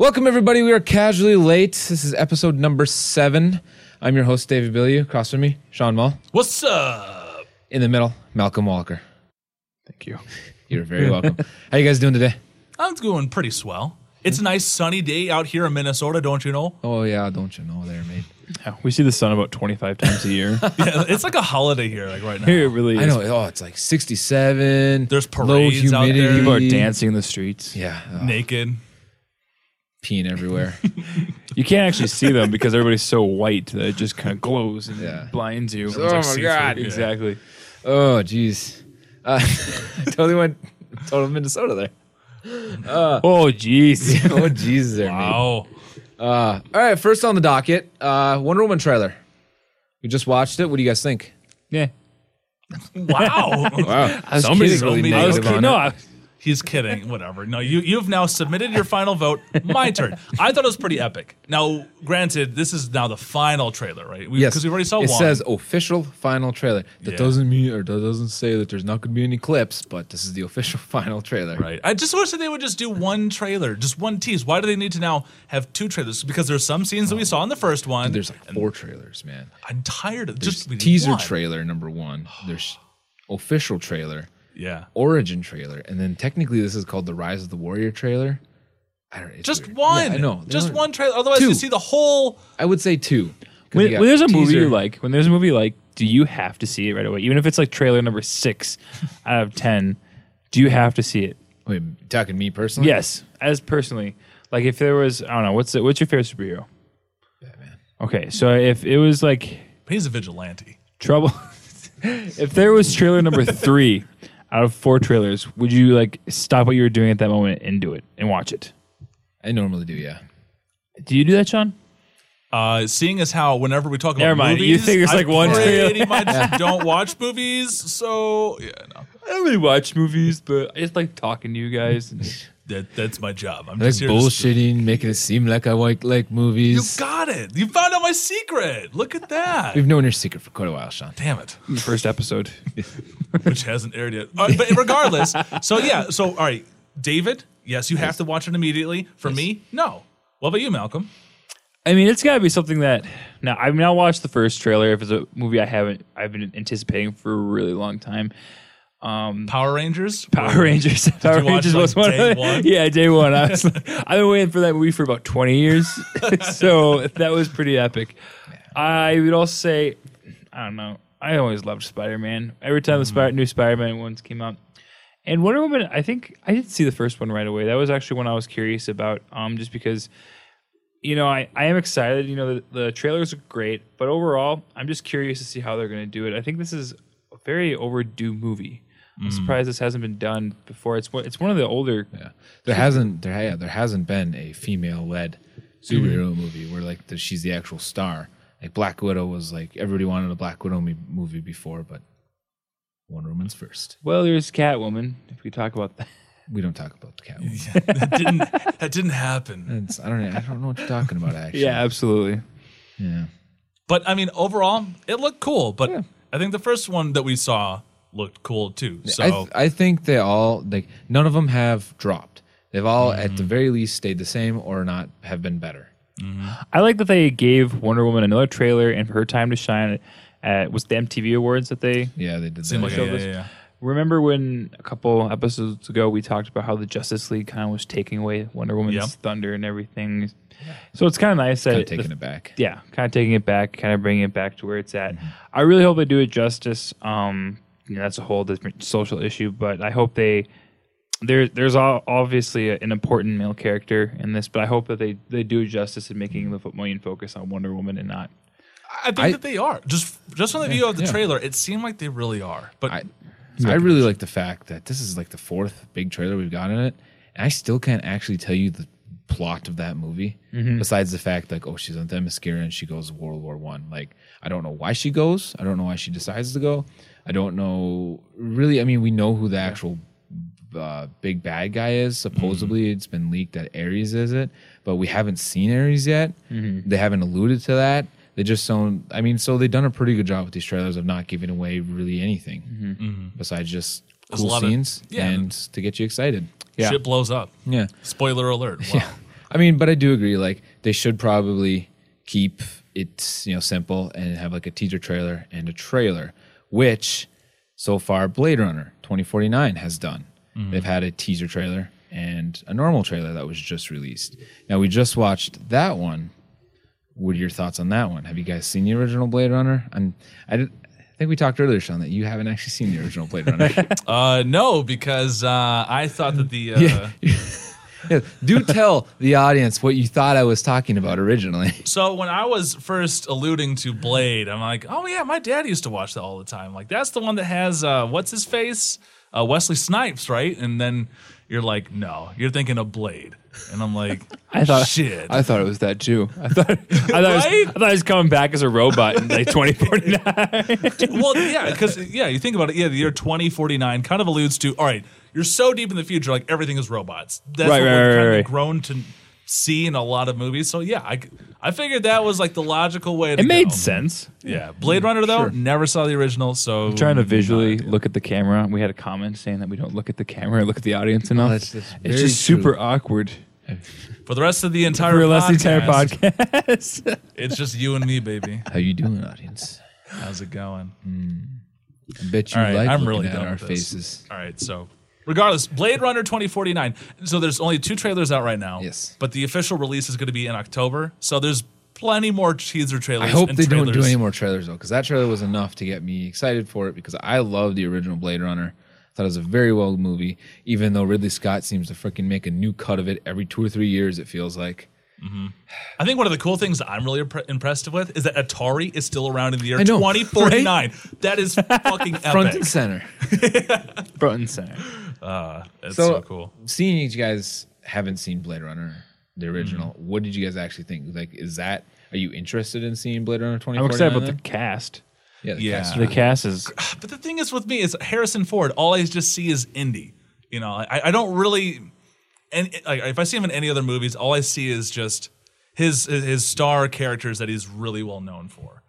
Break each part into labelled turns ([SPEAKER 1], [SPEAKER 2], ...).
[SPEAKER 1] Welcome, everybody. We are casually late. This is episode number seven. I'm your host, David Billieu. Across from me, Sean Mull.
[SPEAKER 2] What's up?
[SPEAKER 1] In the middle, Malcolm Walker.
[SPEAKER 3] Thank you.
[SPEAKER 1] You're very welcome. How you guys doing today?
[SPEAKER 2] I'm doing pretty swell. It's a nice sunny day out here in Minnesota, don't you know?
[SPEAKER 1] Oh yeah, don't you know there, mate?
[SPEAKER 3] Yeah, we see the sun about 25 times a year.
[SPEAKER 2] Yeah, it's like a holiday here, like right now.
[SPEAKER 3] Here it really is.
[SPEAKER 1] I know. Oh, it's like 67.
[SPEAKER 2] There's
[SPEAKER 1] low
[SPEAKER 2] parades out there.
[SPEAKER 1] humidity.
[SPEAKER 3] People are dancing in the streets.
[SPEAKER 1] Yeah, oh,
[SPEAKER 2] Naked.
[SPEAKER 1] peeing everywhere.
[SPEAKER 3] You can't actually see them because everybody's so white that it just kind of glows and
[SPEAKER 1] Yeah.
[SPEAKER 3] blinds you.
[SPEAKER 1] Oh, my God.
[SPEAKER 3] Exactly.
[SPEAKER 1] oh, jeez. Uh, totally went total Minnesota there.
[SPEAKER 3] Oh, jeez.
[SPEAKER 1] Oh, jeez, there, mate.
[SPEAKER 2] Wow.
[SPEAKER 1] Uh, all right, first on the docket, uh, Wonder Woman trailer. We just watched it. What do you guys think?
[SPEAKER 3] Yeah.
[SPEAKER 2] Wow.
[SPEAKER 1] Wow,
[SPEAKER 3] I was
[SPEAKER 2] Somebody's
[SPEAKER 3] kidding.
[SPEAKER 2] gonna be
[SPEAKER 3] I was
[SPEAKER 2] negative
[SPEAKER 3] kidding.
[SPEAKER 1] on
[SPEAKER 3] No,
[SPEAKER 1] it.
[SPEAKER 3] I,
[SPEAKER 2] He's kidding. Whatever. No, you you've now submitted your final vote. My turn. I thought it was pretty epic. Now, granted, this is now the final trailer, right? Because we,
[SPEAKER 1] Yes,
[SPEAKER 2] 'cause we already saw
[SPEAKER 1] it
[SPEAKER 2] one.
[SPEAKER 1] says official final trailer. That
[SPEAKER 2] Yeah.
[SPEAKER 1] doesn't mean or that doesn't say that there's not going to be any clips, but this is the official final trailer.
[SPEAKER 2] Right. I just wish that they would just do one trailer, just one tease. Why do they need to now have two trailers? Because there's some scenes that we saw in the first one.
[SPEAKER 1] There's like four trailers, man.
[SPEAKER 2] I'm tired of
[SPEAKER 1] There's
[SPEAKER 2] just we need
[SPEAKER 1] teaser
[SPEAKER 2] one.
[SPEAKER 1] trailer number one. There's official trailer,
[SPEAKER 2] Yeah.
[SPEAKER 1] origin trailer, and then technically this is called the Rise of the Warrior trailer. I don't. It's
[SPEAKER 2] Just
[SPEAKER 1] weird.
[SPEAKER 2] one.
[SPEAKER 1] Yeah, I know. They
[SPEAKER 2] Just
[SPEAKER 1] don't-
[SPEAKER 2] one trailer. Otherwise,
[SPEAKER 1] Two.
[SPEAKER 2] you see the whole.
[SPEAKER 1] I would say two. 'Cause
[SPEAKER 3] when,
[SPEAKER 1] you got
[SPEAKER 3] when there's a movie
[SPEAKER 1] teaser-
[SPEAKER 3] you like, when there's a movie you like, do you have to see it right away? Even if it's like trailer number six out of 10, do you have to see it?
[SPEAKER 1] Wait, talking me personally.
[SPEAKER 3] Yes, as personally, like if there was, I don't know, what's the, what's your favorite superhero? Batman. Okay, so if it was like
[SPEAKER 2] But he's a vigilante.
[SPEAKER 3] trouble, if there was trailer number three out of four trailers, would you like stop what you were doing at that moment and do it and watch it?
[SPEAKER 1] I normally do. Yeah.
[SPEAKER 3] Do you do that, Sean?
[SPEAKER 2] Uh, seeing as how whenever we talk about
[SPEAKER 3] Never mind. You
[SPEAKER 2] movies,
[SPEAKER 3] think it's
[SPEAKER 2] I
[SPEAKER 3] like one
[SPEAKER 2] pretty
[SPEAKER 3] trailer.
[SPEAKER 2] much don't watch movies. So yeah, no,
[SPEAKER 3] I don't really watch movies, but I just like talking to you guys.
[SPEAKER 2] that, that's my job. I'm
[SPEAKER 1] Like
[SPEAKER 2] just here to-
[SPEAKER 1] bullshitting, making it seem like I like like
[SPEAKER 2] You
[SPEAKER 1] movies.
[SPEAKER 2] got it. You found out my secret. Look at that.
[SPEAKER 1] We've known your secret for quite a while, Sean.
[SPEAKER 2] Damn it.
[SPEAKER 3] First episode.
[SPEAKER 2] which hasn't aired yet. All right, but regardless, so yeah, so all right, David, yes, you have to watch it immediately. For me, no. What about you, Malcolm?
[SPEAKER 3] I mean, it's got to be something that now I've now watched the first trailer. If it's a movie I haven't, I've been anticipating for a really long time.
[SPEAKER 2] Power Rangers.
[SPEAKER 3] Power Rangers. Power
[SPEAKER 2] watch,
[SPEAKER 3] Rangers
[SPEAKER 2] like,
[SPEAKER 3] was one.
[SPEAKER 2] day
[SPEAKER 3] of the-
[SPEAKER 2] one?
[SPEAKER 3] Yeah, day one. I was like, I've been waiting for that movie for about twenty years, so that was pretty epic. I would also say, I don't know. I always loved Spider Man. Every time the
[SPEAKER 2] Mm-hmm.
[SPEAKER 3] Spider- new Spider Man ones came out, and Wonder Woman. I think I did see the first one right away. That was actually one I was curious about, um, just because. You know, I, I am excited. You know, the, the trailers are great, but overall, I'm just curious to see how they're going to do it. I think this is a very overdue movie. I'm surprised this hasn't been done before. It's one- it's one of the older.
[SPEAKER 1] Yeah. There hasn't there yeah, there hasn't been a female led superhero
[SPEAKER 2] Mm-hmm.
[SPEAKER 1] movie where like the, she's the actual star. Like Black Widow was like everybody wanted a Black Widow me- movie before, but Wonder Woman's first.
[SPEAKER 3] Well, there's Catwoman. If we talk about that,
[SPEAKER 1] We don't talk about the cat. Woman.
[SPEAKER 2] that didn't that didn't happen.
[SPEAKER 1] It's- I don't I don't know what you're talking about actually.
[SPEAKER 3] absolutely.
[SPEAKER 1] Yeah.
[SPEAKER 2] But I mean, overall, it looked cool. But I think the first one that we saw looked cool too. So
[SPEAKER 1] I, th- I think they all like none of them have dropped. They've all at
[SPEAKER 2] Mm-hmm.
[SPEAKER 1] the very least stayed the same or not have been better.
[SPEAKER 3] I like that they gave Wonder Woman another trailer and for her time to shine. At was the MTV Awards that they
[SPEAKER 1] Yeah, they did.
[SPEAKER 2] seemed
[SPEAKER 1] that.
[SPEAKER 2] like yeah, yeah, yeah.
[SPEAKER 3] remember when a couple episodes ago we talked about how the Justice League kind of was taking away Wonder Woman's
[SPEAKER 2] Yep.
[SPEAKER 3] thunder and everything. So it's kind of nice that
[SPEAKER 1] Kinda
[SPEAKER 3] the
[SPEAKER 1] taking it back.
[SPEAKER 3] yeah, kind of taking it back, kind of bringing it back to where it's at. I really hope they do it justice. Um, you know, that's a whole different social issue, but I hope they there. There's all, obviously an important male character in this, but I hope that they they do it justice in making the fo- main focus on Wonder Woman and not.
[SPEAKER 2] I think
[SPEAKER 1] I-
[SPEAKER 2] that they are just just from the view of the trailer. It seemed like they really are. But
[SPEAKER 1] I, I really like the fact that this is like the fourth big trailer we've got in it, and I still can't actually tell you the plot of that movie. Besides the fact, like, oh, she's on Themyscira and she goes to World War One. Like, I don't know why she goes. I don't know why she decides to go. I don't know. Really, I mean, we know who the actual uh, big bad guy is. Supposedly, it's been leaked that Ares is it, but we haven't seen Ares yet. They haven't alluded to that. They just don't. I mean, so they've done a pretty good job with these trailers of not giving away really anything besides just
[SPEAKER 2] Mm-hmm.
[SPEAKER 1] cool
[SPEAKER 2] a lot of-
[SPEAKER 1] scenes
[SPEAKER 2] yeah.
[SPEAKER 1] and to get you excited. Yeah,
[SPEAKER 2] shit blows up.
[SPEAKER 1] yeah.
[SPEAKER 2] Spoiler alert. Wow.
[SPEAKER 1] I mean, but I do agree. Like they should probably keep it you know simple and have like a teaser trailer and a trailer, which so far Blade Runner 2049 has done. They've had a teaser trailer and a normal trailer that was just released. Now we just watched that one. What are your thoughts on that one? Have you guys seen the original Blade Runner? I'm, I did, I think we talked earlier, Sean, that you haven't actually seen the original Blade Runner.
[SPEAKER 2] Uh, no, because uh, I thought that the uh,
[SPEAKER 1] Yeah. Yeah, Do tell the audience what you thought I was talking about originally.
[SPEAKER 2] so when I was first alluding to Blade, I'm like, oh yeah, my dad used to watch that all the time. Like that's the one that has uh, what's his face, uh, Wesley Snipes, right? And then you're like, no, you're thinking of Blade, and I'm like,
[SPEAKER 3] I thought
[SPEAKER 2] shit.
[SPEAKER 3] I thought it was that too. I thought I thought, it was, I
[SPEAKER 2] Right?
[SPEAKER 3] thought it was coming back as a robot in like 2049.
[SPEAKER 2] well, yeah, because yeah, you think about it. Yeah, the year 2049 kind of alludes to all right. You're so deep in the future, like everything is robots. That's
[SPEAKER 3] Right,
[SPEAKER 2] what
[SPEAKER 3] right,
[SPEAKER 2] we've
[SPEAKER 3] right,
[SPEAKER 2] kind
[SPEAKER 3] right.
[SPEAKER 2] of grown to see in a lot of movies. So yeah, I, I figured that was like the logical way. To
[SPEAKER 3] it made
[SPEAKER 2] go.
[SPEAKER 3] sense.
[SPEAKER 2] Yeah, Blade Runner though never saw the original, so I'm
[SPEAKER 3] Trying to visually look at the camera. We had a comment saying that we don't look at the camera, look at the audience enough.
[SPEAKER 1] that's- that's very
[SPEAKER 3] it's Oh, just
[SPEAKER 1] true.
[SPEAKER 3] super awkward.
[SPEAKER 2] uh, for the rest of the entire
[SPEAKER 3] For
[SPEAKER 2] podcast,
[SPEAKER 3] less entire podcast.
[SPEAKER 2] It's just you and me, baby.
[SPEAKER 1] How you doing, audience?
[SPEAKER 2] How's it going?
[SPEAKER 1] I bet you
[SPEAKER 2] All right,
[SPEAKER 1] like
[SPEAKER 2] I'm
[SPEAKER 1] looking
[SPEAKER 2] really
[SPEAKER 1] at
[SPEAKER 2] done
[SPEAKER 1] our
[SPEAKER 2] with this.
[SPEAKER 1] faces.
[SPEAKER 2] All right, so regardless, Blade Runner 2049. So there's only two trailers out right now.
[SPEAKER 1] Yes.
[SPEAKER 2] But the official release is going to be in October. So there's plenty more teaser trailers.
[SPEAKER 1] I hope
[SPEAKER 2] and
[SPEAKER 1] they
[SPEAKER 2] trailers.
[SPEAKER 1] don't do any more trailers though, because that trailer was enough to get me excited for it. Because I love the original Blade Runner. I thought it was a very well movie, even though Ridley Scott seems to freaking make a new cut of it every two or three years. It feels like.
[SPEAKER 2] I think one of the cool things that I'm really impre- impressed with is that Atari is still around in the year
[SPEAKER 1] I know,
[SPEAKER 2] 2049. That is fucking epic.
[SPEAKER 1] Front and center.
[SPEAKER 3] Front and center.
[SPEAKER 2] That's so,
[SPEAKER 1] So-
[SPEAKER 2] cool.
[SPEAKER 1] Seeing you guys haven't seen Blade Runner, the
[SPEAKER 2] Mm-hmm.
[SPEAKER 1] original. What did you guys actually think? Like, is that? Are you interested in seeing Blade Runner 2049?
[SPEAKER 3] I'm excited about
[SPEAKER 1] then?
[SPEAKER 3] the cast.
[SPEAKER 1] Yeah, the
[SPEAKER 2] Yeah.
[SPEAKER 1] cast
[SPEAKER 3] The cast is
[SPEAKER 2] But the thing is with me is Harrison Ford. All I just see is indie. You know, I, I don't really. And like, if I see him in any other movies, all I see is just his his star characters that he's really well known for.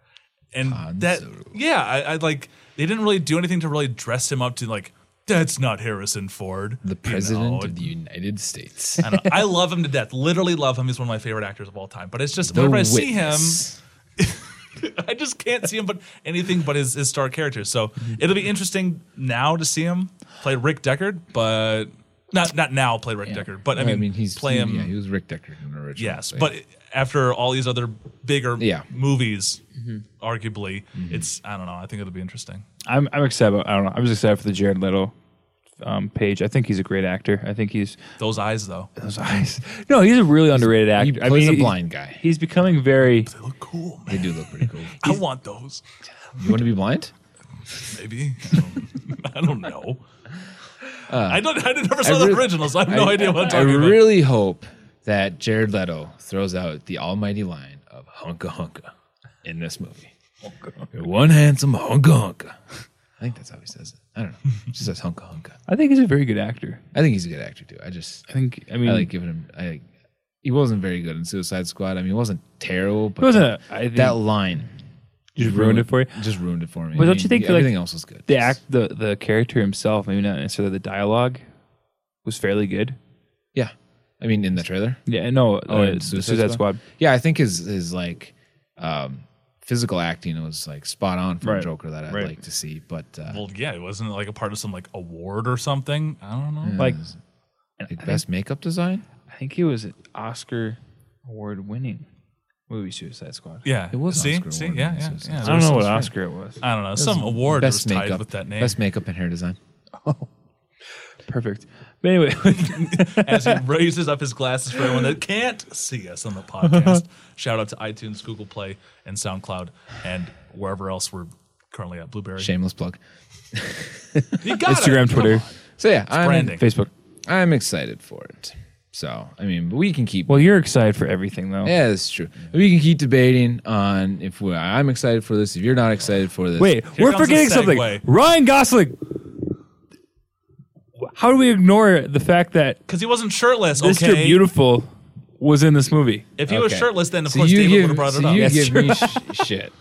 [SPEAKER 2] And that, yeah, I, I like. They didn't really do anything to really dress him up to like. That's not Harrison Ford.
[SPEAKER 1] the president
[SPEAKER 2] You know,
[SPEAKER 1] of
[SPEAKER 2] and-
[SPEAKER 1] the United States.
[SPEAKER 2] I, don't know. I love him to death. Literally love him. He's one of my favorite actors of all time. But it's just whenever I see him, I just can't see him but anything but his, his star character. So it'll be interesting now to see him play Rick Deckard, but not not now play Rick Deckard, but I mean,
[SPEAKER 1] he's
[SPEAKER 2] play him.
[SPEAKER 1] Yeah, he was Rick Deckard in the original.
[SPEAKER 2] yes,
[SPEAKER 1] so-
[SPEAKER 2] but after all these other bigger
[SPEAKER 1] Yeah. Mm-hmm.
[SPEAKER 2] movies, Mm-hmm. arguably, it's I don't know. I think it'll be interesting.
[SPEAKER 3] I'm I'm excited. About, I don't know. I'm just excited for the Jared Leto um, page. I think he's a great actor. I think he's
[SPEAKER 2] Those eyes, though, they
[SPEAKER 3] those eyes. No, he's a really underrated actor.
[SPEAKER 1] he
[SPEAKER 3] I
[SPEAKER 1] plays a
[SPEAKER 3] mean,
[SPEAKER 1] blind guy.
[SPEAKER 3] He's becoming very.
[SPEAKER 2] look cool, man.
[SPEAKER 1] they do look pretty cool.
[SPEAKER 2] I want those.
[SPEAKER 1] You want to be blind?
[SPEAKER 2] Maybe I don't know. I don't. I never saw
[SPEAKER 1] really-
[SPEAKER 2] the originals. I have no idea what I'm
[SPEAKER 1] Uh, I
[SPEAKER 2] talking about.
[SPEAKER 1] really hope that Jared Leto throws out the almighty line of "hunka hunka" in this movie. You're one handsome hunka hunka. I think that's how he says it. I don't know. He just says hunka hunka.
[SPEAKER 3] I think he's a very good actor.
[SPEAKER 1] I think he's a good actor too. I just
[SPEAKER 3] I think. I mean,
[SPEAKER 1] I like giving him. I like, he wasn't very good in Suicide Squad. I mean, he wasn't terrible, but
[SPEAKER 3] it wasn't. A, I think
[SPEAKER 1] that line
[SPEAKER 3] you just ruined it for you.
[SPEAKER 1] Just ruined it for me.
[SPEAKER 3] But
[SPEAKER 1] I
[SPEAKER 3] don't
[SPEAKER 1] mean,
[SPEAKER 3] you think, like,
[SPEAKER 1] everything else was good?
[SPEAKER 3] The act, the the character himself, maybe not necessarily the dialogue, was fairly good.
[SPEAKER 1] Yeah, I mean, in the trailer.
[SPEAKER 3] Yeah. No.
[SPEAKER 1] Oh,
[SPEAKER 3] uh,
[SPEAKER 1] in
[SPEAKER 3] the Suicide, Squad.
[SPEAKER 1] Yeah, I think his his like um, physical acting was like spot on for
[SPEAKER 3] Right.
[SPEAKER 1] a Joker that I'd
[SPEAKER 3] Right.
[SPEAKER 1] like to see. But uh,
[SPEAKER 2] Well, yeah, it wasn't it like a part of some like award or something. I don't know.
[SPEAKER 3] Like,
[SPEAKER 1] like best makeup design,
[SPEAKER 3] I think he was an Oscar award winning movie Suicide Squad.
[SPEAKER 2] Yeah,
[SPEAKER 1] It was
[SPEAKER 2] see,
[SPEAKER 1] Oscar
[SPEAKER 2] see,
[SPEAKER 1] award
[SPEAKER 2] yeah,
[SPEAKER 1] winning,
[SPEAKER 2] yeah,
[SPEAKER 1] so it's
[SPEAKER 2] yeah.
[SPEAKER 1] not-
[SPEAKER 3] I don't know
[SPEAKER 2] There's-
[SPEAKER 3] what Oscar it was.
[SPEAKER 2] I don't know. Some award
[SPEAKER 1] best
[SPEAKER 2] was tied
[SPEAKER 1] makeup
[SPEAKER 2] with that name.
[SPEAKER 1] best makeup and hair design.
[SPEAKER 3] Perfect. But anyway,
[SPEAKER 2] As he raises up his glasses for everyone that can't see us on the podcast, shout out to iTunes, Google Play, and SoundCloud, and wherever else we're currently at. Blueberry.
[SPEAKER 1] Shameless plug.
[SPEAKER 2] You got
[SPEAKER 3] Instagram, Twitter,
[SPEAKER 1] So yeah, I'm,
[SPEAKER 2] branding.
[SPEAKER 3] Facebook.
[SPEAKER 1] I'm excited for it. So I mean, but we can keep.
[SPEAKER 3] Well, you're excited for everything though.
[SPEAKER 1] yeah, that's true. We can keep debating on if we, I'm excited for this, if you're not excited for this.
[SPEAKER 3] Wait,
[SPEAKER 2] comes
[SPEAKER 3] we're
[SPEAKER 2] the
[SPEAKER 3] forgetting
[SPEAKER 2] segue.
[SPEAKER 3] something. Ryan Gosling. How do we ignore the fact that
[SPEAKER 2] Because he wasn't shirtless.
[SPEAKER 3] Mr.
[SPEAKER 2] okay.
[SPEAKER 3] Beautiful was in this movie?
[SPEAKER 2] If he was
[SPEAKER 1] Okay.
[SPEAKER 2] shirtless, then of
[SPEAKER 1] So
[SPEAKER 2] course
[SPEAKER 1] you
[SPEAKER 2] David
[SPEAKER 1] give-
[SPEAKER 2] would have brought
[SPEAKER 1] so
[SPEAKER 2] it up.
[SPEAKER 1] You
[SPEAKER 3] That's
[SPEAKER 1] give me sh- shit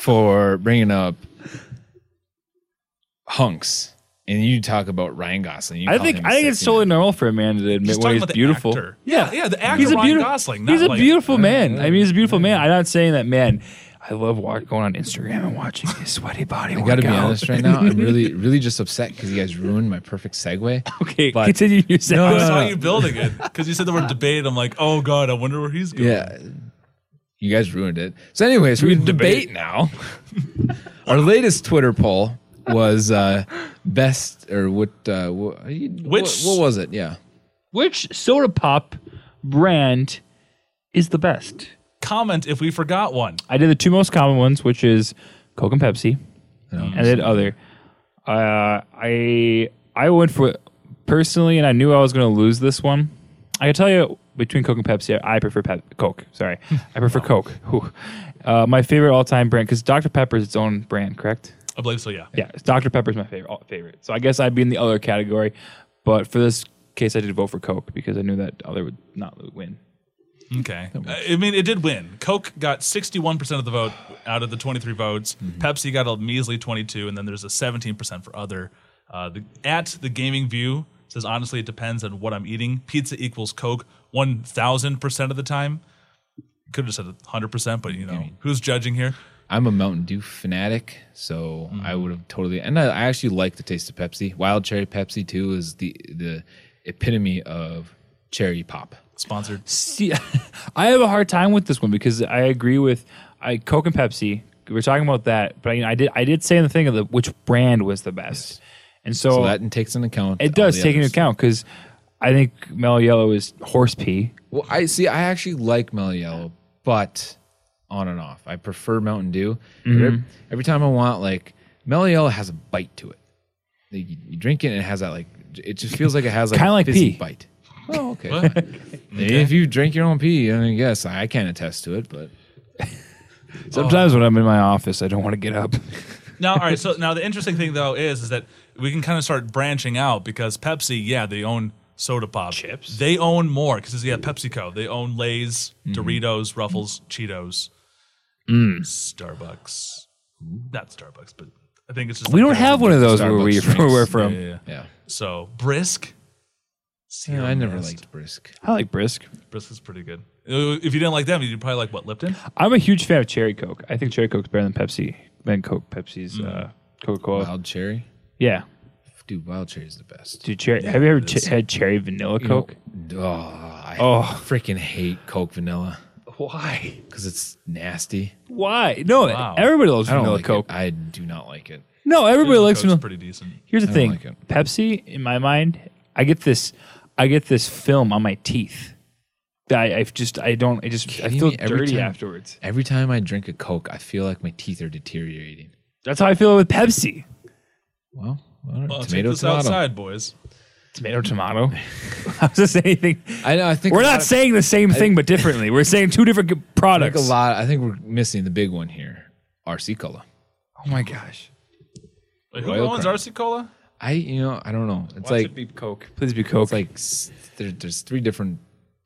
[SPEAKER 1] for bringing up hunks And you talk about Ryan Gosling. You
[SPEAKER 3] I
[SPEAKER 1] call
[SPEAKER 3] think
[SPEAKER 1] him
[SPEAKER 3] I think it's
[SPEAKER 1] sexy.
[SPEAKER 3] totally normal for a man to admit
[SPEAKER 2] Just
[SPEAKER 3] when
[SPEAKER 2] talking
[SPEAKER 3] he's
[SPEAKER 2] about the
[SPEAKER 3] beautiful.
[SPEAKER 2] actor. Yeah, yeah, the actor
[SPEAKER 3] he's a
[SPEAKER 2] Ryan
[SPEAKER 3] beautiful,
[SPEAKER 2] Gosling. Not
[SPEAKER 3] He's a
[SPEAKER 2] like,
[SPEAKER 3] beautiful man. I mean, he's a beautiful man. I'm not saying that, man. I love wa- going on Instagram and watching his sweaty body.
[SPEAKER 1] I gotta be honest right now. I'm really, really just upset because you guys ruined my perfect segue.
[SPEAKER 3] Okay,
[SPEAKER 1] But-
[SPEAKER 3] continue your
[SPEAKER 2] I
[SPEAKER 3] sentence.
[SPEAKER 2] saw you building it because you said the word debate. I'm like, oh god, I wonder where he's going.
[SPEAKER 1] Yeah. You guys ruined it. So, anyways, we debate,
[SPEAKER 3] debate.
[SPEAKER 1] now. Our latest Twitter poll was uh, best or what, uh, what?
[SPEAKER 2] Which-
[SPEAKER 1] What, what was it? Yeah.
[SPEAKER 3] Which soda pop brand is the best?
[SPEAKER 2] Comment if we forgot one.
[SPEAKER 3] I did the two most common ones, which is Coke and Pepsi, and then other. Uh, I I went for personally, and I knew I was going to lose this one. I can tell you between Coke and Pepsi, I prefer Pep- Coke. Sorry, I prefer Coke. Whew. Uh, my favorite all time brand because Dr Pepper is its own brand, correct?
[SPEAKER 2] I believe so. Yeah.
[SPEAKER 3] Yeah, it's Dr Pepper's my favorite all- favorite. So I guess I'd be in the other category, but for this case, I did vote for Coke because I knew that other would not win.
[SPEAKER 2] Okay. I mean, it did win. Coke got 61% of the vote out of the 23 votes. Pepsi got a measly 22, and then there's a 17% for other. Uh, the, at the Gaming View says, honestly, it depends on what I'm eating. Pizza equals Coke 1,000% of the time. Could have said 100%, but you know, who's judging here?
[SPEAKER 1] I'm a Mountain Dew fanatic, so
[SPEAKER 3] Mm-hmm.
[SPEAKER 1] I would have totally. And I, I actually like the taste of Pepsi. Wild cherry Pepsi too is the the epitome of cherry pop.
[SPEAKER 2] Sponsored.
[SPEAKER 3] See, I have a hard time with this one because I agree with I Coke and Pepsi. We were talking about that, but I, I did I did say in the thing of the which brand was the best, and so,
[SPEAKER 1] So that takes into account.
[SPEAKER 3] it
[SPEAKER 1] all
[SPEAKER 3] does
[SPEAKER 1] the
[SPEAKER 3] take into
[SPEAKER 1] others.
[SPEAKER 3] account because I think Mellow Yellow is horse pee.
[SPEAKER 1] Well, I see. I actually like Mellow Yellow, but on and off. I prefer Mountain Dew. But
[SPEAKER 3] Mm-hmm.
[SPEAKER 1] every, every time I want like Mellow Yellow has a bite to it. Like, you, you drink it and it has that like. It just feels like it has like
[SPEAKER 3] Kinda
[SPEAKER 1] a
[SPEAKER 3] like
[SPEAKER 1] fizzy
[SPEAKER 3] pee.
[SPEAKER 1] bite. Oh, okay. If you drink your own pee, I mean, yes, I can't attest to it, but
[SPEAKER 3] Sometimes when I'm in my office, I don't want to get up.
[SPEAKER 2] now, all right. So now the interesting thing though is, is that we can kind of start branching out because Pepsi, yeah, they own soda pop chips. They own more because yeah, PepsiCo. They own Lay's,
[SPEAKER 3] Mm-hmm.
[SPEAKER 2] Doritos, Ruffles, Cheetos,
[SPEAKER 3] Mm.
[SPEAKER 2] Starbucks. Not Starbucks, but I think it's just
[SPEAKER 3] We
[SPEAKER 2] like
[SPEAKER 3] don't
[SPEAKER 2] their-
[SPEAKER 3] have one of those where,
[SPEAKER 1] Starbucks
[SPEAKER 3] we,
[SPEAKER 1] drinks.
[SPEAKER 3] where we're from.
[SPEAKER 2] Yeah, yeah, yeah.
[SPEAKER 1] yeah.
[SPEAKER 2] So brisk.
[SPEAKER 1] Yeah, I never
[SPEAKER 2] Mist.
[SPEAKER 1] liked brisk.
[SPEAKER 3] I like Brisk.
[SPEAKER 2] Brisk is pretty good. Uh, If you didn't like them, you'd probably like what Lipton.
[SPEAKER 3] I'm a huge fan of Cherry Coke. I think Cherry Coke's better than Pepsi than Coke. Pepsi's
[SPEAKER 1] Mm.
[SPEAKER 3] uh, Coca Cola.
[SPEAKER 1] Wild cherry,
[SPEAKER 3] Yeah,
[SPEAKER 1] dude. Wild cherry is the best.
[SPEAKER 3] dude. Cherry. have you ever ch- had cherry vanilla Coke?
[SPEAKER 1] Oh, I
[SPEAKER 3] Oh.
[SPEAKER 1] freaking hate Coke vanilla
[SPEAKER 3] Why?
[SPEAKER 1] because it's nasty.
[SPEAKER 3] Why? No,
[SPEAKER 2] Wow.
[SPEAKER 3] everybody loves
[SPEAKER 1] I don't
[SPEAKER 3] vanilla
[SPEAKER 1] like
[SPEAKER 3] Coke.
[SPEAKER 1] it. I do not like it.
[SPEAKER 3] No, everybody likes
[SPEAKER 2] Coke's
[SPEAKER 3] vanilla.
[SPEAKER 2] pretty decent.
[SPEAKER 3] Here's the
[SPEAKER 1] I don't
[SPEAKER 3] thing:
[SPEAKER 1] like it.
[SPEAKER 3] Pepsi, in my mind, I get this, I get this film on my teeth. That I, I've just, I don't, I just, I
[SPEAKER 1] kidding
[SPEAKER 3] feel
[SPEAKER 1] me? Every
[SPEAKER 3] dirty
[SPEAKER 1] time-
[SPEAKER 3] afterwards.
[SPEAKER 1] Every time I drink a Coke, I feel like my teeth are deteriorating.
[SPEAKER 3] That's how I feel with Pepsi.
[SPEAKER 1] Well, all right,
[SPEAKER 2] Well,
[SPEAKER 1] tomato,
[SPEAKER 2] check this
[SPEAKER 1] tomato.
[SPEAKER 2] outside, boys.
[SPEAKER 3] Tomato, tomato. How's this anything?
[SPEAKER 1] I know. I think
[SPEAKER 3] We're
[SPEAKER 1] a lot
[SPEAKER 3] not
[SPEAKER 1] of-
[SPEAKER 3] saying the same thing, but differently. We're saying two different g-
[SPEAKER 1] I think
[SPEAKER 3] products.
[SPEAKER 1] a lot. I think we're missing the big one here. RC cola.
[SPEAKER 3] Oh my gosh!
[SPEAKER 2] Wait, who
[SPEAKER 1] Royal
[SPEAKER 2] owns
[SPEAKER 1] Crown.
[SPEAKER 2] RC Cola?
[SPEAKER 1] I you know I don't know. It's
[SPEAKER 3] Why should
[SPEAKER 1] like
[SPEAKER 3] it be Coke. Please be Coke.
[SPEAKER 1] it's like s- there, there's three different.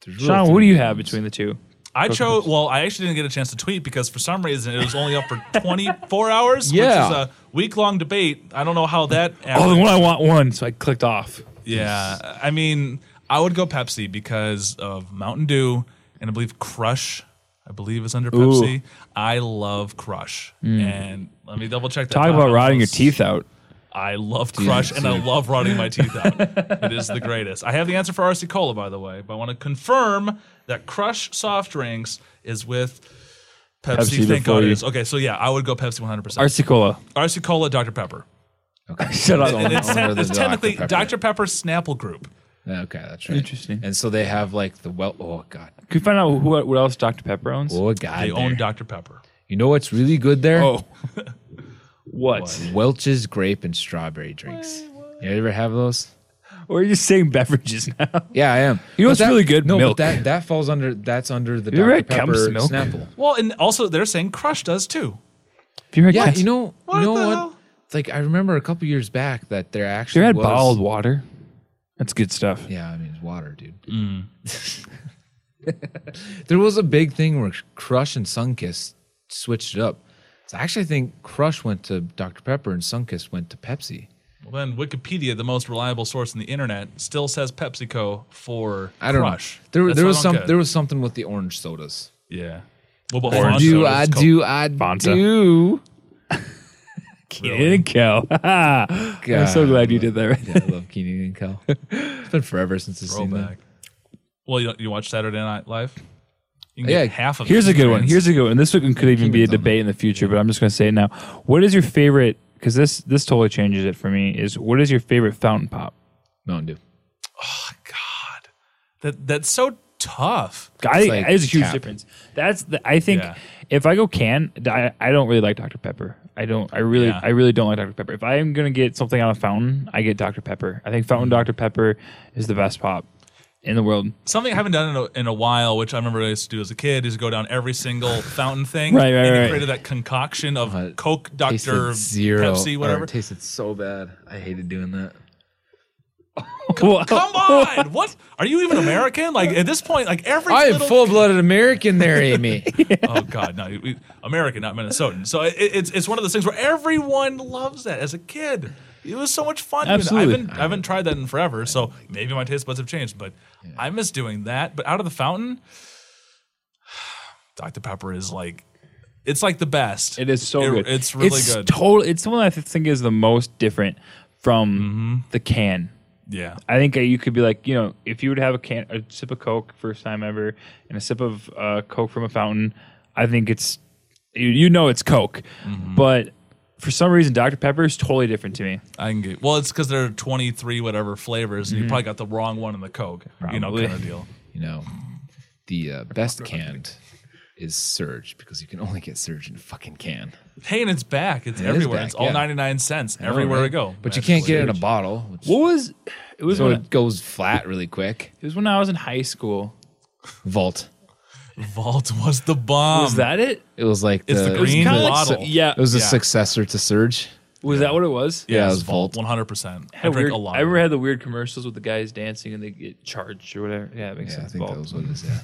[SPEAKER 1] There's really
[SPEAKER 3] Sean,
[SPEAKER 1] three
[SPEAKER 3] what do you
[SPEAKER 1] different
[SPEAKER 3] have
[SPEAKER 1] ones.
[SPEAKER 3] between the two?
[SPEAKER 2] I chose. Well, I actually didn't get a chance to tweet because for some reason it was only up for 24 hours,
[SPEAKER 1] Yeah.
[SPEAKER 2] which is a week long debate. I don't know how that.
[SPEAKER 3] Oh, the
[SPEAKER 2] averaged.
[SPEAKER 3] one I want one, so I clicked off.
[SPEAKER 2] yeah, I mean, I would go Pepsi because of Mountain Dew and I believe Crush. I believe is under Pepsi. I love Crush, and let me double check that.
[SPEAKER 3] Mm. Talk
[SPEAKER 2] Tom
[SPEAKER 3] about rotting your
[SPEAKER 2] Allen's-
[SPEAKER 3] teeth out.
[SPEAKER 2] I love Crush and I love rotting my teeth out. it is the greatest. I have the answer for RC Cola, by the way, but I want to confirm that Crush soft drinks is with Pepsi.
[SPEAKER 3] Pepsi
[SPEAKER 2] thank
[SPEAKER 3] before
[SPEAKER 2] God it
[SPEAKER 3] you-
[SPEAKER 2] is. Okay, so yeah, I would go Pepsi 100%.
[SPEAKER 3] RC Cola.
[SPEAKER 2] RC Cola, Dr. Pepper.
[SPEAKER 1] Okay.
[SPEAKER 3] Shut up.
[SPEAKER 1] It's
[SPEAKER 2] It's,
[SPEAKER 1] all under the
[SPEAKER 2] it's technically
[SPEAKER 1] Pepper.
[SPEAKER 2] Dr. Pepper Snapple Group.
[SPEAKER 1] Okay, that's right.
[SPEAKER 3] Interesting.
[SPEAKER 1] And so they have like the well. Oh god.
[SPEAKER 3] Could we find out who, what else Dr. Pepper owns?
[SPEAKER 1] Oh god.
[SPEAKER 2] They own
[SPEAKER 1] there.
[SPEAKER 2] Dr. Pepper.
[SPEAKER 1] You know what's really good there?
[SPEAKER 3] Oh. what?
[SPEAKER 1] Welch's grape and strawberry drinks. You ever have those?
[SPEAKER 3] We're just saying beverages now.
[SPEAKER 1] Yeah, I am.
[SPEAKER 3] You know
[SPEAKER 1] But
[SPEAKER 3] what's really good?
[SPEAKER 1] No,
[SPEAKER 3] Milk.
[SPEAKER 1] but that that falls under that's under the
[SPEAKER 3] You ever
[SPEAKER 1] Dr
[SPEAKER 3] had
[SPEAKER 1] Pepper
[SPEAKER 3] Kemp's milk?
[SPEAKER 1] Snapple.
[SPEAKER 2] Well, and also they're saying Crush does too.
[SPEAKER 3] Have you ever
[SPEAKER 1] Yeah,
[SPEAKER 3] had,
[SPEAKER 1] you know,
[SPEAKER 2] What
[SPEAKER 1] you know
[SPEAKER 2] the
[SPEAKER 1] what?
[SPEAKER 2] hell?
[SPEAKER 1] Like I remember a couple years back that there actually
[SPEAKER 3] you ever had
[SPEAKER 1] was,
[SPEAKER 3] bottled water? That's good stuff.
[SPEAKER 1] Yeah, I mean it's water, dude.
[SPEAKER 3] Mm.
[SPEAKER 1] there was a big thing where Crush and Sunkiss switched it up. So I actually think Crush went to Dr Pepper and Sunkiss went to Pepsi.
[SPEAKER 2] Well, then Wikipedia, the most reliable source on the internet, still says PepsiCo for
[SPEAKER 1] I don't
[SPEAKER 2] Crush.
[SPEAKER 1] know. There,
[SPEAKER 2] That's
[SPEAKER 1] there
[SPEAKER 2] what
[SPEAKER 1] was
[SPEAKER 2] I
[SPEAKER 1] some.
[SPEAKER 2] don't get.
[SPEAKER 1] There was something with the orange sodas.
[SPEAKER 2] yeah. Well, but
[SPEAKER 1] I
[SPEAKER 2] Fanta
[SPEAKER 1] do,
[SPEAKER 2] was
[SPEAKER 1] I
[SPEAKER 2] called-
[SPEAKER 1] do, I
[SPEAKER 4] Fanta.
[SPEAKER 1] do.
[SPEAKER 3] Keenan and Kel. I'm so
[SPEAKER 1] God.
[SPEAKER 3] glad you did that. Right
[SPEAKER 1] Yeah, I love Keenan and Kel. It's been forever since I've seen that.
[SPEAKER 2] Throwback. Well, you, you watch Saturday Night Live. You can
[SPEAKER 1] Yeah,
[SPEAKER 2] get half of.
[SPEAKER 3] Here's
[SPEAKER 2] it
[SPEAKER 3] a
[SPEAKER 2] in
[SPEAKER 3] good one.
[SPEAKER 2] France.
[SPEAKER 3] Here's a good one. This one could even be a
[SPEAKER 1] Keegan's on
[SPEAKER 3] debate in the future, but I'm just going to say it now. What is your favorite? Because this this totally changes it for me. Is what is your favorite fountain pop?
[SPEAKER 1] Mountain Dew.
[SPEAKER 2] God, that that's so tough.
[SPEAKER 3] I,
[SPEAKER 1] like
[SPEAKER 3] it's a huge
[SPEAKER 1] tap.
[SPEAKER 3] difference. That's the, I think
[SPEAKER 2] Yeah.
[SPEAKER 3] if I go can, I, I don't really like Dr Pepper. I don't. I really
[SPEAKER 2] Yeah.
[SPEAKER 3] I really don't like Dr Pepper. If I am going to get something out of fountain, I get Dr Pepper. I think fountain Dr Pepper is the best pop in the world.
[SPEAKER 2] Something I haven't done in a, in a while, which I remember I used to do as a kid, is go down every single fountain thing.
[SPEAKER 3] Right, right,
[SPEAKER 2] and it
[SPEAKER 3] right.
[SPEAKER 2] created that concoction of
[SPEAKER 1] Uh,
[SPEAKER 2] Coke, Dr.
[SPEAKER 1] Tasted zero.
[SPEAKER 2] Pepsi,
[SPEAKER 1] or
[SPEAKER 2] whatever.
[SPEAKER 1] It tasted so bad. I hated doing that.
[SPEAKER 3] Well,
[SPEAKER 2] Oh, Come on, what are you even American? Like at this point, like every
[SPEAKER 1] I am
[SPEAKER 2] little-
[SPEAKER 1] full blooded American there, Amy.
[SPEAKER 2] Oh God, no, we, American, not Minnesotan. So it, it's it's one of those things where everyone loves that as a kid. It was so much fun. doing it. I
[SPEAKER 3] Absolutely.
[SPEAKER 2] haven't, I haven't tried that in forever, so maybe my taste buds have changed. But I miss doing that. But out of the fountain, Dr Pepper is like, it's like the best.
[SPEAKER 3] It is so
[SPEAKER 2] It-
[SPEAKER 3] good.
[SPEAKER 2] It's really
[SPEAKER 3] it's
[SPEAKER 2] good.
[SPEAKER 3] Total. It's the one I think is the most different from the can.
[SPEAKER 2] yeah,
[SPEAKER 3] I think uh, you could be like, you know, if you would have a can, a sip of Coke first time ever, and a sip of uh, Coke from a fountain, I think it's, you, you know, it's Coke.
[SPEAKER 2] Mm-hmm.
[SPEAKER 3] But for some reason, Dr Pepper is totally different to me.
[SPEAKER 2] I can get. Well, it's because there are twenty three whatever flavors,
[SPEAKER 1] Mm-hmm.
[SPEAKER 2] and you probably got the wrong one in the Coke. You know,
[SPEAKER 3] Probably.
[SPEAKER 2] kind of deal.
[SPEAKER 1] you know, the uh, best canned is Surge because you can only get Surge in a fucking can.
[SPEAKER 2] Hey, and it's back. It's
[SPEAKER 1] It is
[SPEAKER 2] everywhere.
[SPEAKER 1] back,
[SPEAKER 2] it's all
[SPEAKER 1] yeah.
[SPEAKER 2] ninety nine cents everywhere we
[SPEAKER 1] Right?
[SPEAKER 2] go.
[SPEAKER 1] But you can't get it in a
[SPEAKER 2] Magically.
[SPEAKER 1] bottle, which
[SPEAKER 3] What was? It was
[SPEAKER 1] so
[SPEAKER 3] when,
[SPEAKER 1] it goes flat really quick.
[SPEAKER 3] it was when I was in high school.
[SPEAKER 1] Vault.
[SPEAKER 2] Vault was the bomb.
[SPEAKER 3] Was that it?
[SPEAKER 1] It was like
[SPEAKER 2] It's the
[SPEAKER 1] it was
[SPEAKER 2] green
[SPEAKER 3] kinda like
[SPEAKER 2] bottle.
[SPEAKER 3] so- yeah.
[SPEAKER 1] It was the
[SPEAKER 2] Yeah.
[SPEAKER 1] successor to Surge.
[SPEAKER 3] Was that what it was?
[SPEAKER 1] Yeah, it
[SPEAKER 2] Yes,
[SPEAKER 1] was Vault.
[SPEAKER 2] One hundred percent. I
[SPEAKER 3] Had
[SPEAKER 2] drink
[SPEAKER 3] weird-
[SPEAKER 2] a lot.
[SPEAKER 3] I remember had the weird commercials with the guys dancing and they get charged or whatever. Yeah, it makes
[SPEAKER 1] Yeah, I
[SPEAKER 3] sense.
[SPEAKER 1] think
[SPEAKER 3] Vault.
[SPEAKER 1] that was what it is. Yeah.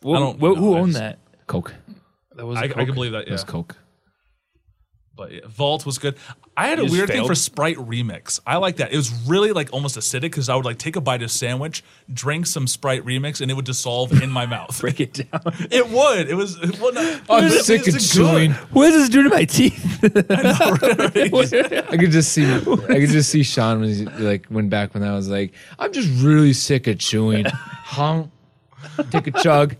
[SPEAKER 3] What-
[SPEAKER 2] I don't
[SPEAKER 3] what-
[SPEAKER 2] know,
[SPEAKER 3] who
[SPEAKER 2] I
[SPEAKER 3] owned
[SPEAKER 2] just-
[SPEAKER 3] that?
[SPEAKER 1] Coke. It
[SPEAKER 3] That was
[SPEAKER 2] I, I
[SPEAKER 3] Coke.
[SPEAKER 2] can believe that. Yeah,
[SPEAKER 1] was Coke.
[SPEAKER 2] but yeah, Vault was good. I had a
[SPEAKER 3] You just
[SPEAKER 2] weird thing
[SPEAKER 3] failed?
[SPEAKER 2] for Sprite Remix. I like that. It was really like almost acidic because I would like take a bite of sandwich, drink some Sprite Remix, and it would dissolve in my mouth.
[SPEAKER 3] break it down.
[SPEAKER 2] It would. It was. It would not,
[SPEAKER 1] Oh, I'm
[SPEAKER 2] it's
[SPEAKER 1] sick of
[SPEAKER 2] good.
[SPEAKER 1] chewing.
[SPEAKER 3] what does this do to my teeth?
[SPEAKER 1] I could just see, I could just see Sean when he's like, when back when I was like, I'm just really sick of chewing. Honk. Take a chug.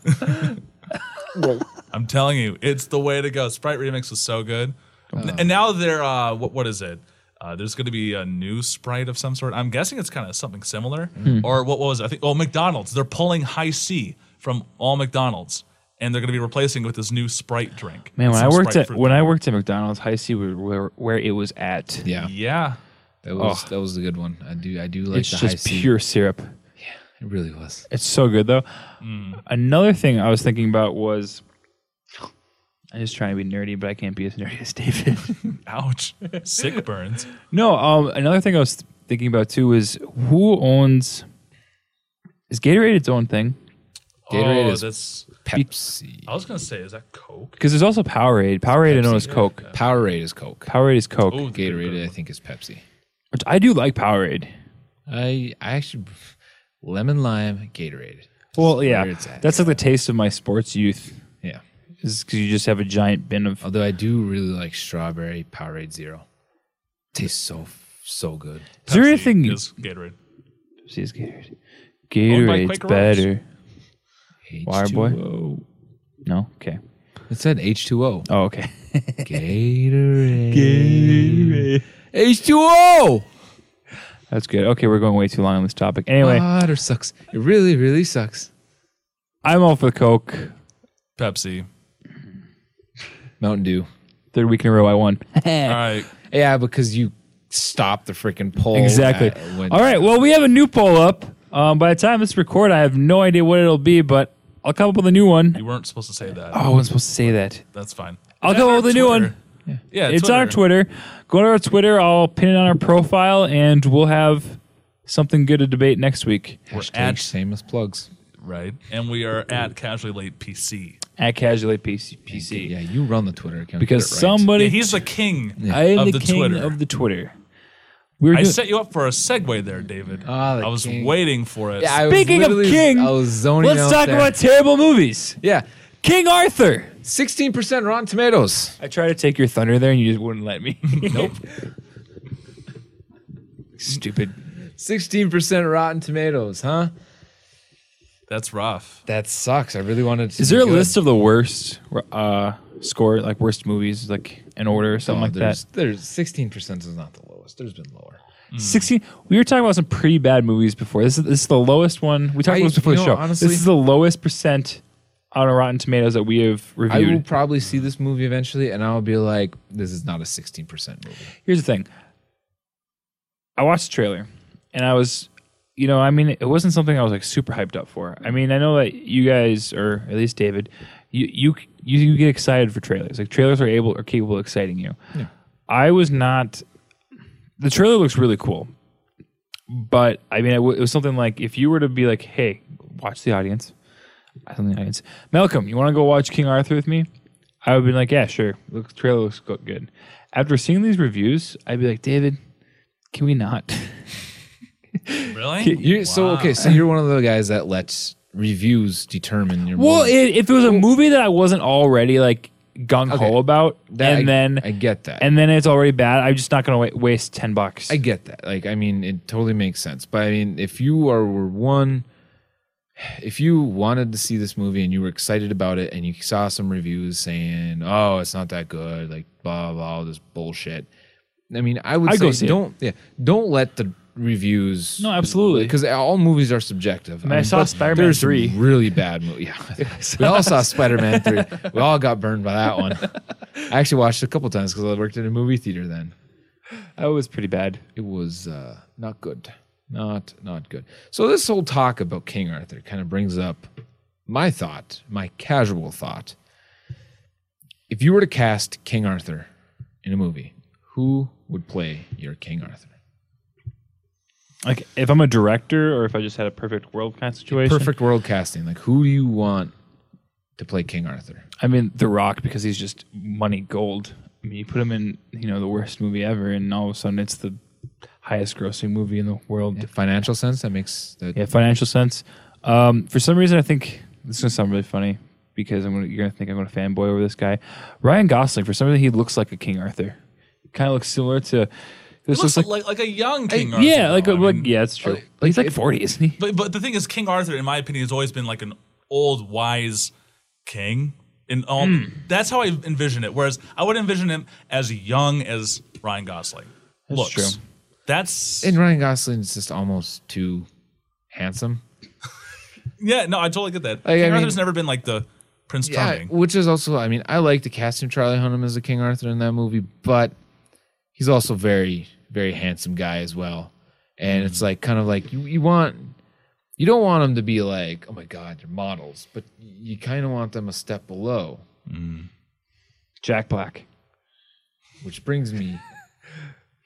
[SPEAKER 2] I'm telling you, it's the way to go. Sprite Remix was so good. and now they're uh, what what is it? Uh, there's going to be a new Sprite of some sort. I'm guessing it's kind of something similar,
[SPEAKER 3] Hmm.
[SPEAKER 2] or what was it? I think? Oh, McDonald's. They're pulling High C from all McDonald's, and they're going to be replacing with this new Sprite drink.
[SPEAKER 3] Man, when
[SPEAKER 2] Some
[SPEAKER 3] I worked
[SPEAKER 2] Sprite
[SPEAKER 3] at
[SPEAKER 2] fruit.
[SPEAKER 3] when I worked at McDonald's, high C was where, where it was at.
[SPEAKER 1] Yeah,
[SPEAKER 2] yeah,
[SPEAKER 1] that
[SPEAKER 3] Oh.
[SPEAKER 1] was that was a good one. I do I do like
[SPEAKER 3] it's
[SPEAKER 1] the high
[SPEAKER 3] just
[SPEAKER 1] C.
[SPEAKER 3] pure syrup.
[SPEAKER 1] It really was.
[SPEAKER 3] It's so good though.
[SPEAKER 2] Mm.
[SPEAKER 3] Another thing I was thinking about was I'm just trying to be nerdy, but I can't be as nerdy as David.
[SPEAKER 2] ouch, sick burns.
[SPEAKER 3] no, um, another thing I was thinking about too is who owns is Gatorade its own thing?
[SPEAKER 1] Gatorade
[SPEAKER 2] oh,
[SPEAKER 1] is
[SPEAKER 2] that's.
[SPEAKER 1] Pepsi.
[SPEAKER 2] I was going to say, is that Coke?
[SPEAKER 3] Because there's also Powerade. Powerade I know is Coke.
[SPEAKER 1] Powerade is Coke.
[SPEAKER 3] Powerade is Coke.
[SPEAKER 2] Ooh,
[SPEAKER 1] Gatorade I think is Pepsi.
[SPEAKER 3] Which I do like Powerade.
[SPEAKER 1] I I actually lemon lime Gatorade.
[SPEAKER 3] Well, yeah,
[SPEAKER 1] where it's at.
[SPEAKER 3] that's like the taste of my sports youth.
[SPEAKER 1] Yeah.
[SPEAKER 3] Is because you just have a giant bin of
[SPEAKER 1] Although I do really like strawberry Powerade Zero. Tastes so so good.
[SPEAKER 3] Is there
[SPEAKER 2] Pepsi
[SPEAKER 3] anything you
[SPEAKER 2] is Gatorade.
[SPEAKER 3] see is Gatorade?
[SPEAKER 2] Owned by
[SPEAKER 3] Gatorade's
[SPEAKER 2] Quaker
[SPEAKER 3] better.
[SPEAKER 1] H2O.
[SPEAKER 3] Waterboy? No? Okay.
[SPEAKER 1] It said H2O.
[SPEAKER 3] Oh, okay.
[SPEAKER 1] Gatorade. H2O.
[SPEAKER 3] That's good. Okay, we're going way too long on this topic. Anyway,
[SPEAKER 2] Ah.
[SPEAKER 1] Water sucks. It really really sucks.
[SPEAKER 3] I'm all for Coke.
[SPEAKER 2] Pepsi.
[SPEAKER 1] Mountain Dew.
[SPEAKER 3] Third week in a row, I won.
[SPEAKER 2] All right.
[SPEAKER 1] Yeah, because you stopped the freaking poll.
[SPEAKER 3] exactly.
[SPEAKER 1] at- when-
[SPEAKER 3] all right. Well, we have a new poll up. Um, by the time this record, I have no idea what it'll be, but I'll come up with a new one.
[SPEAKER 2] You weren't supposed to say that.
[SPEAKER 3] Oh, I wasn't supposed to say that.
[SPEAKER 2] That's fine.
[SPEAKER 3] I'll go with the new one.
[SPEAKER 2] Yeah, yeah
[SPEAKER 3] it's on our Twitter. Go to our Twitter. I'll pin it on our profile, and we'll have something good to debate next week
[SPEAKER 2] We're
[SPEAKER 1] Hashtag
[SPEAKER 2] at
[SPEAKER 1] same as plugs.
[SPEAKER 2] right, and we are at casually late PC.
[SPEAKER 3] at Casually PC. PC.
[SPEAKER 1] Yeah, you run the Twitter account.
[SPEAKER 3] Because
[SPEAKER 1] Get it right.
[SPEAKER 3] somebody,
[SPEAKER 2] Yeah, he's the king
[SPEAKER 3] I am
[SPEAKER 2] of
[SPEAKER 3] the,
[SPEAKER 2] the,
[SPEAKER 3] king
[SPEAKER 2] Twitter.
[SPEAKER 3] of the Twitter. We were
[SPEAKER 2] I
[SPEAKER 3] doing-
[SPEAKER 2] set you up for a segue there, David.
[SPEAKER 1] Ah, the
[SPEAKER 2] I was
[SPEAKER 1] king.
[SPEAKER 2] waiting for it.
[SPEAKER 1] I was
[SPEAKER 3] Speaking of
[SPEAKER 1] literally-
[SPEAKER 3] King,
[SPEAKER 1] I was zoning
[SPEAKER 3] let's
[SPEAKER 1] out
[SPEAKER 3] talk
[SPEAKER 1] there.
[SPEAKER 3] about terrible movies.
[SPEAKER 1] Yeah,
[SPEAKER 3] King Arthur.
[SPEAKER 1] sixteen percent Rotten Tomatoes.
[SPEAKER 3] I tried to take your thunder there, and you just wouldn't let me.
[SPEAKER 1] Nope,
[SPEAKER 3] Stupid.
[SPEAKER 1] sixteen percent Rotten Tomatoes, huh?
[SPEAKER 2] That's rough.
[SPEAKER 1] That sucks. I really wanted. to
[SPEAKER 3] Is there a
[SPEAKER 1] be good.
[SPEAKER 3] list of the worst uh, score, like worst movies, like in order or
[SPEAKER 1] Oh,
[SPEAKER 3] something like
[SPEAKER 1] there's, mm.
[SPEAKER 3] that?
[SPEAKER 1] There's sixteen percent is not the lowest. There's been lower.
[SPEAKER 3] Sixteen. We were talking about some pretty bad movies before. This is this is the lowest one we talked
[SPEAKER 1] I-
[SPEAKER 3] about this before
[SPEAKER 1] you
[SPEAKER 3] the
[SPEAKER 1] know,
[SPEAKER 3] show.
[SPEAKER 1] honestly-
[SPEAKER 3] this is the lowest percent on Rotten Tomatoes that we have
[SPEAKER 1] I
[SPEAKER 3] reviewed.
[SPEAKER 1] will probably see this movie eventually, and I'll be like, "This is not a sixteen percent movie."
[SPEAKER 3] Here's the thing. I watched the trailer, and I was, you know, I mean, it wasn't something I was like super hyped up for. I mean, I know that you guys, or at least David, you you you, you get excited for trailers. Like trailers are able are capable of exciting you. I was not. The trailer looks really cool, but I mean, it, w- it was something like if you were to be like, "Hey, watch the audience," I don't think the audience. Malcolm, you want to go watch King Arthur with me? I would be like, "Yeah, sure." Look, trailer looks go- good. After seeing these reviews, I'd be like, "David, can we not?"
[SPEAKER 2] Really?
[SPEAKER 1] You so okay? So you're one of the guys that lets reviews determine your.
[SPEAKER 3] well,
[SPEAKER 1] movie.
[SPEAKER 3] it, if it was a movie that I wasn't already like gung ho
[SPEAKER 1] Okay.
[SPEAKER 3] about,
[SPEAKER 1] That-
[SPEAKER 3] and
[SPEAKER 1] I-
[SPEAKER 3] then
[SPEAKER 1] I get that.
[SPEAKER 3] and then it's already bad, I'm just not gonna wa- waste ten bucks.
[SPEAKER 1] I get that. Like, I mean, it totally makes sense. But I mean, if you are were one, if you wanted to see this movie and you were excited about it, and you saw some reviews saying, "Oh, it's not that good," like blah blah, blah all this bullshit. I mean, I would
[SPEAKER 3] I'd
[SPEAKER 1] say
[SPEAKER 3] go see it.
[SPEAKER 1] don't yeah, don't let the reviews.
[SPEAKER 3] No, absolutely.
[SPEAKER 1] because all movies are subjective. I,
[SPEAKER 3] mean, I saw
[SPEAKER 1] but
[SPEAKER 3] Spider-Man
[SPEAKER 1] there's some
[SPEAKER 3] 3.
[SPEAKER 1] really bad movie. Yeah, we all saw Spider-Man three. We all got burned by that one. I actually watched it a couple times because I worked in a movie theater then
[SPEAKER 3] That was pretty bad.
[SPEAKER 1] it was uh, not good not not good so this whole talk about king arthur kind of brings up my thought my casual thought if you were to cast king arthur in a movie who would play your king arthur
[SPEAKER 3] Like if I'm a director or if I just had a perfect world kind of situation.
[SPEAKER 1] perfect world casting like who do you want to play king arthur
[SPEAKER 3] I mean, The Rock because he's just money gold. I mean, you put him in you know the worst movie ever, and all of a sudden it's the highest grossing movie in the world. Yeah,
[SPEAKER 1] financial sense that makes that
[SPEAKER 3] financial sense. Um, for some reason, I think this is gonna sound really funny because I'm gonna, you're gonna think I'm gonna fanboy over this guy, Ryan Gosling. For some reason, he looks like a King Arthur. Kind of looks similar to. This
[SPEAKER 2] Looks
[SPEAKER 3] looks like,
[SPEAKER 2] like, like a young King Arthur.
[SPEAKER 3] yeah, like,
[SPEAKER 2] though. I
[SPEAKER 3] like
[SPEAKER 2] mean,
[SPEAKER 3] yeah, it's true. he's like 40, isn't he?
[SPEAKER 2] But but the thing is, King Arthur, in my opinion, has always been like an old wise king. In all,
[SPEAKER 1] Hmm.
[SPEAKER 2] that's how I envision it. Whereas I would envision him as young as Ryan Gosling. That's looks.
[SPEAKER 3] true.
[SPEAKER 2] That's
[SPEAKER 1] and ryan gosling's just almost too handsome
[SPEAKER 2] yeah. No, I totally get that.
[SPEAKER 1] Like,
[SPEAKER 2] King
[SPEAKER 1] I mean-
[SPEAKER 2] Arthur's never been like the Prince Charming.
[SPEAKER 1] which is also, I mean, I like the casting of Charlie Hunnam as the King Arthur in that movie, but he's also very, very handsome guy as well. And
[SPEAKER 3] Mm.
[SPEAKER 1] it's like kind of like you, you want, you don't want him to be like, oh my God, you're models, but you kind of want them a step below,
[SPEAKER 3] Jack Black.
[SPEAKER 1] which brings me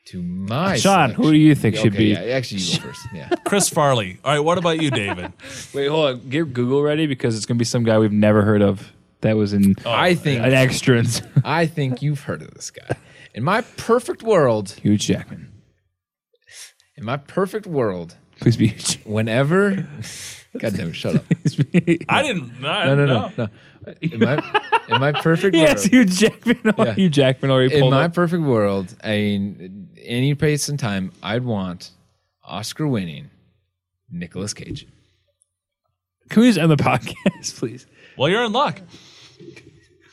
[SPEAKER 1] to my
[SPEAKER 3] Sean, who do you think
[SPEAKER 1] selection.
[SPEAKER 3] should
[SPEAKER 1] Okay,
[SPEAKER 3] be?
[SPEAKER 1] Yeah, actually, you go first. Yeah,
[SPEAKER 2] Chris Farley. All right, what about you, David?
[SPEAKER 3] Wait, hold on. Get Google ready because it's gonna be some guy we've never heard of that was in
[SPEAKER 1] I think
[SPEAKER 3] an extra in
[SPEAKER 1] I think you've heard of this guy. In my perfect world,
[SPEAKER 3] Hugh Jackman.
[SPEAKER 1] in my perfect world,
[SPEAKER 3] Please be Hugh
[SPEAKER 1] whenever, God damn, it, shut up.
[SPEAKER 3] Jackman.
[SPEAKER 2] I didn't. I
[SPEAKER 1] No,
[SPEAKER 2] didn't
[SPEAKER 1] no,
[SPEAKER 2] know.
[SPEAKER 1] no, no. In my, in my perfect
[SPEAKER 3] yes,
[SPEAKER 1] world,
[SPEAKER 3] Hugh Jackman.
[SPEAKER 1] Yeah.
[SPEAKER 3] Hugh Jackman already
[SPEAKER 1] in
[SPEAKER 3] pulled
[SPEAKER 1] my
[SPEAKER 3] up.
[SPEAKER 1] perfect world, I mean, any place and time, I'd want Oscar-winning Nicolas Cage.
[SPEAKER 3] Can we just end the podcast, please?
[SPEAKER 2] Well, you're in luck.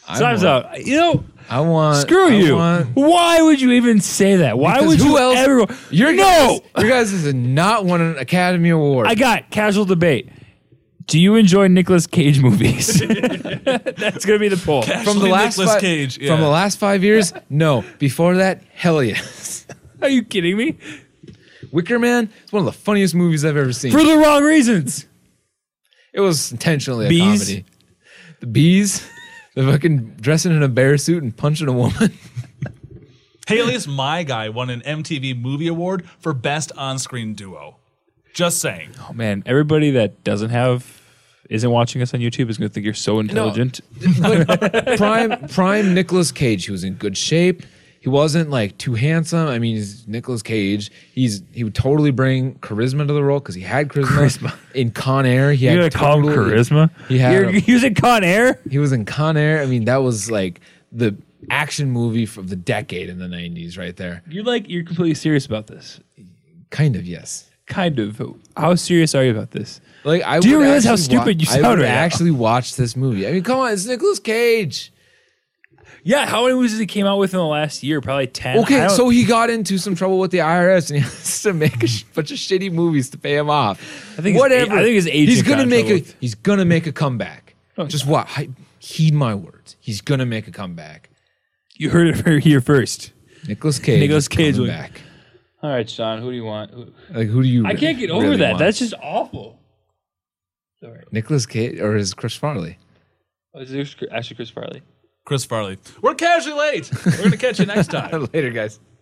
[SPEAKER 1] I
[SPEAKER 3] Time's
[SPEAKER 1] want,
[SPEAKER 3] up. You know,
[SPEAKER 1] I want.
[SPEAKER 3] screw
[SPEAKER 1] I
[SPEAKER 3] you.
[SPEAKER 1] want-
[SPEAKER 3] Why would you even say that? Why
[SPEAKER 1] Because
[SPEAKER 3] would
[SPEAKER 1] who
[SPEAKER 3] you
[SPEAKER 1] else-
[SPEAKER 3] ever?
[SPEAKER 1] your
[SPEAKER 3] no.
[SPEAKER 1] guys, your guys has not won an Academy Award.
[SPEAKER 3] I got casual debate. Do you enjoy Nicolas Cage movies? That's gonna be the poll.
[SPEAKER 1] from the
[SPEAKER 2] Actually,
[SPEAKER 1] last
[SPEAKER 2] Nicolas
[SPEAKER 1] five,
[SPEAKER 2] Cage, yeah.
[SPEAKER 1] from the last five years, no. Before that, hell yes.
[SPEAKER 3] Are you kidding me?
[SPEAKER 1] Wicker Man is one of the funniest movies I've ever seen.
[SPEAKER 3] For the wrong reasons.
[SPEAKER 1] It was intentionally a
[SPEAKER 3] Bees?
[SPEAKER 1] comedy. The bees, the fucking dressing in a bear suit and punching a woman.
[SPEAKER 2] Haley's My Guy won an MTV Movie Award for Best On Screen Duo. Just saying.
[SPEAKER 3] Oh man, everybody that doesn't have isn't watching us on YouTube is gonna think you're so intelligent.
[SPEAKER 1] But prime prime Nicolas Cage, he was in good shape. He wasn't like too handsome. I mean, he's Nicolas Cage. He's he would totally bring charisma to the role because he had charisma, in Con Air. He
[SPEAKER 3] You're
[SPEAKER 1] had
[SPEAKER 3] gonna call him
[SPEAKER 1] totally-
[SPEAKER 3] charisma?
[SPEAKER 1] He had
[SPEAKER 3] You're
[SPEAKER 1] a-
[SPEAKER 3] using Con Air?
[SPEAKER 1] He was in Con Air. I mean, that was like the action movie of the decade in the '90s, right there.
[SPEAKER 3] You're like you're completely serious about this.
[SPEAKER 1] Kind of, yes.
[SPEAKER 3] Kind of. How serious are you about this?
[SPEAKER 1] Like, I
[SPEAKER 3] Do you
[SPEAKER 1] would
[SPEAKER 3] realize how
[SPEAKER 1] actually
[SPEAKER 3] stupid you
[SPEAKER 1] I
[SPEAKER 3] sound
[SPEAKER 1] would
[SPEAKER 3] right now?
[SPEAKER 1] actually watch this movie. I mean, come on, it's Nicolas Cage.
[SPEAKER 3] Yeah, how many movies did he came out with in the last year? Probably ten. I
[SPEAKER 1] Okay,
[SPEAKER 3] don't-
[SPEAKER 1] so he got into some trouble with the IRS and he has to make a sh- bunch of shitty movies to pay him off. I
[SPEAKER 3] think his
[SPEAKER 1] whatever.
[SPEAKER 3] a- I think his agent
[SPEAKER 1] He's
[SPEAKER 3] got
[SPEAKER 1] gonna
[SPEAKER 3] in
[SPEAKER 1] make a.
[SPEAKER 3] trouble with-
[SPEAKER 1] He's gonna make a comeback.
[SPEAKER 3] Oh,
[SPEAKER 1] Just what? Hi- heed my words. He's gonna make a comeback.
[SPEAKER 3] you heard it from here first.
[SPEAKER 1] Nicholas Cage.
[SPEAKER 3] Nicolas
[SPEAKER 1] is
[SPEAKER 3] Cage
[SPEAKER 1] coming
[SPEAKER 3] will-
[SPEAKER 1] back.
[SPEAKER 3] All right, Sean, who do you want? Who-
[SPEAKER 1] Like who do you?
[SPEAKER 3] I can't get over that. That's just awful. Sorry.
[SPEAKER 1] Nicholas Cage or is Chris Farley?
[SPEAKER 3] Oh, this is actually Chris Farley.
[SPEAKER 2] Chris Farley. We're casually late. We're gonna catch you next time.
[SPEAKER 1] Later, guys.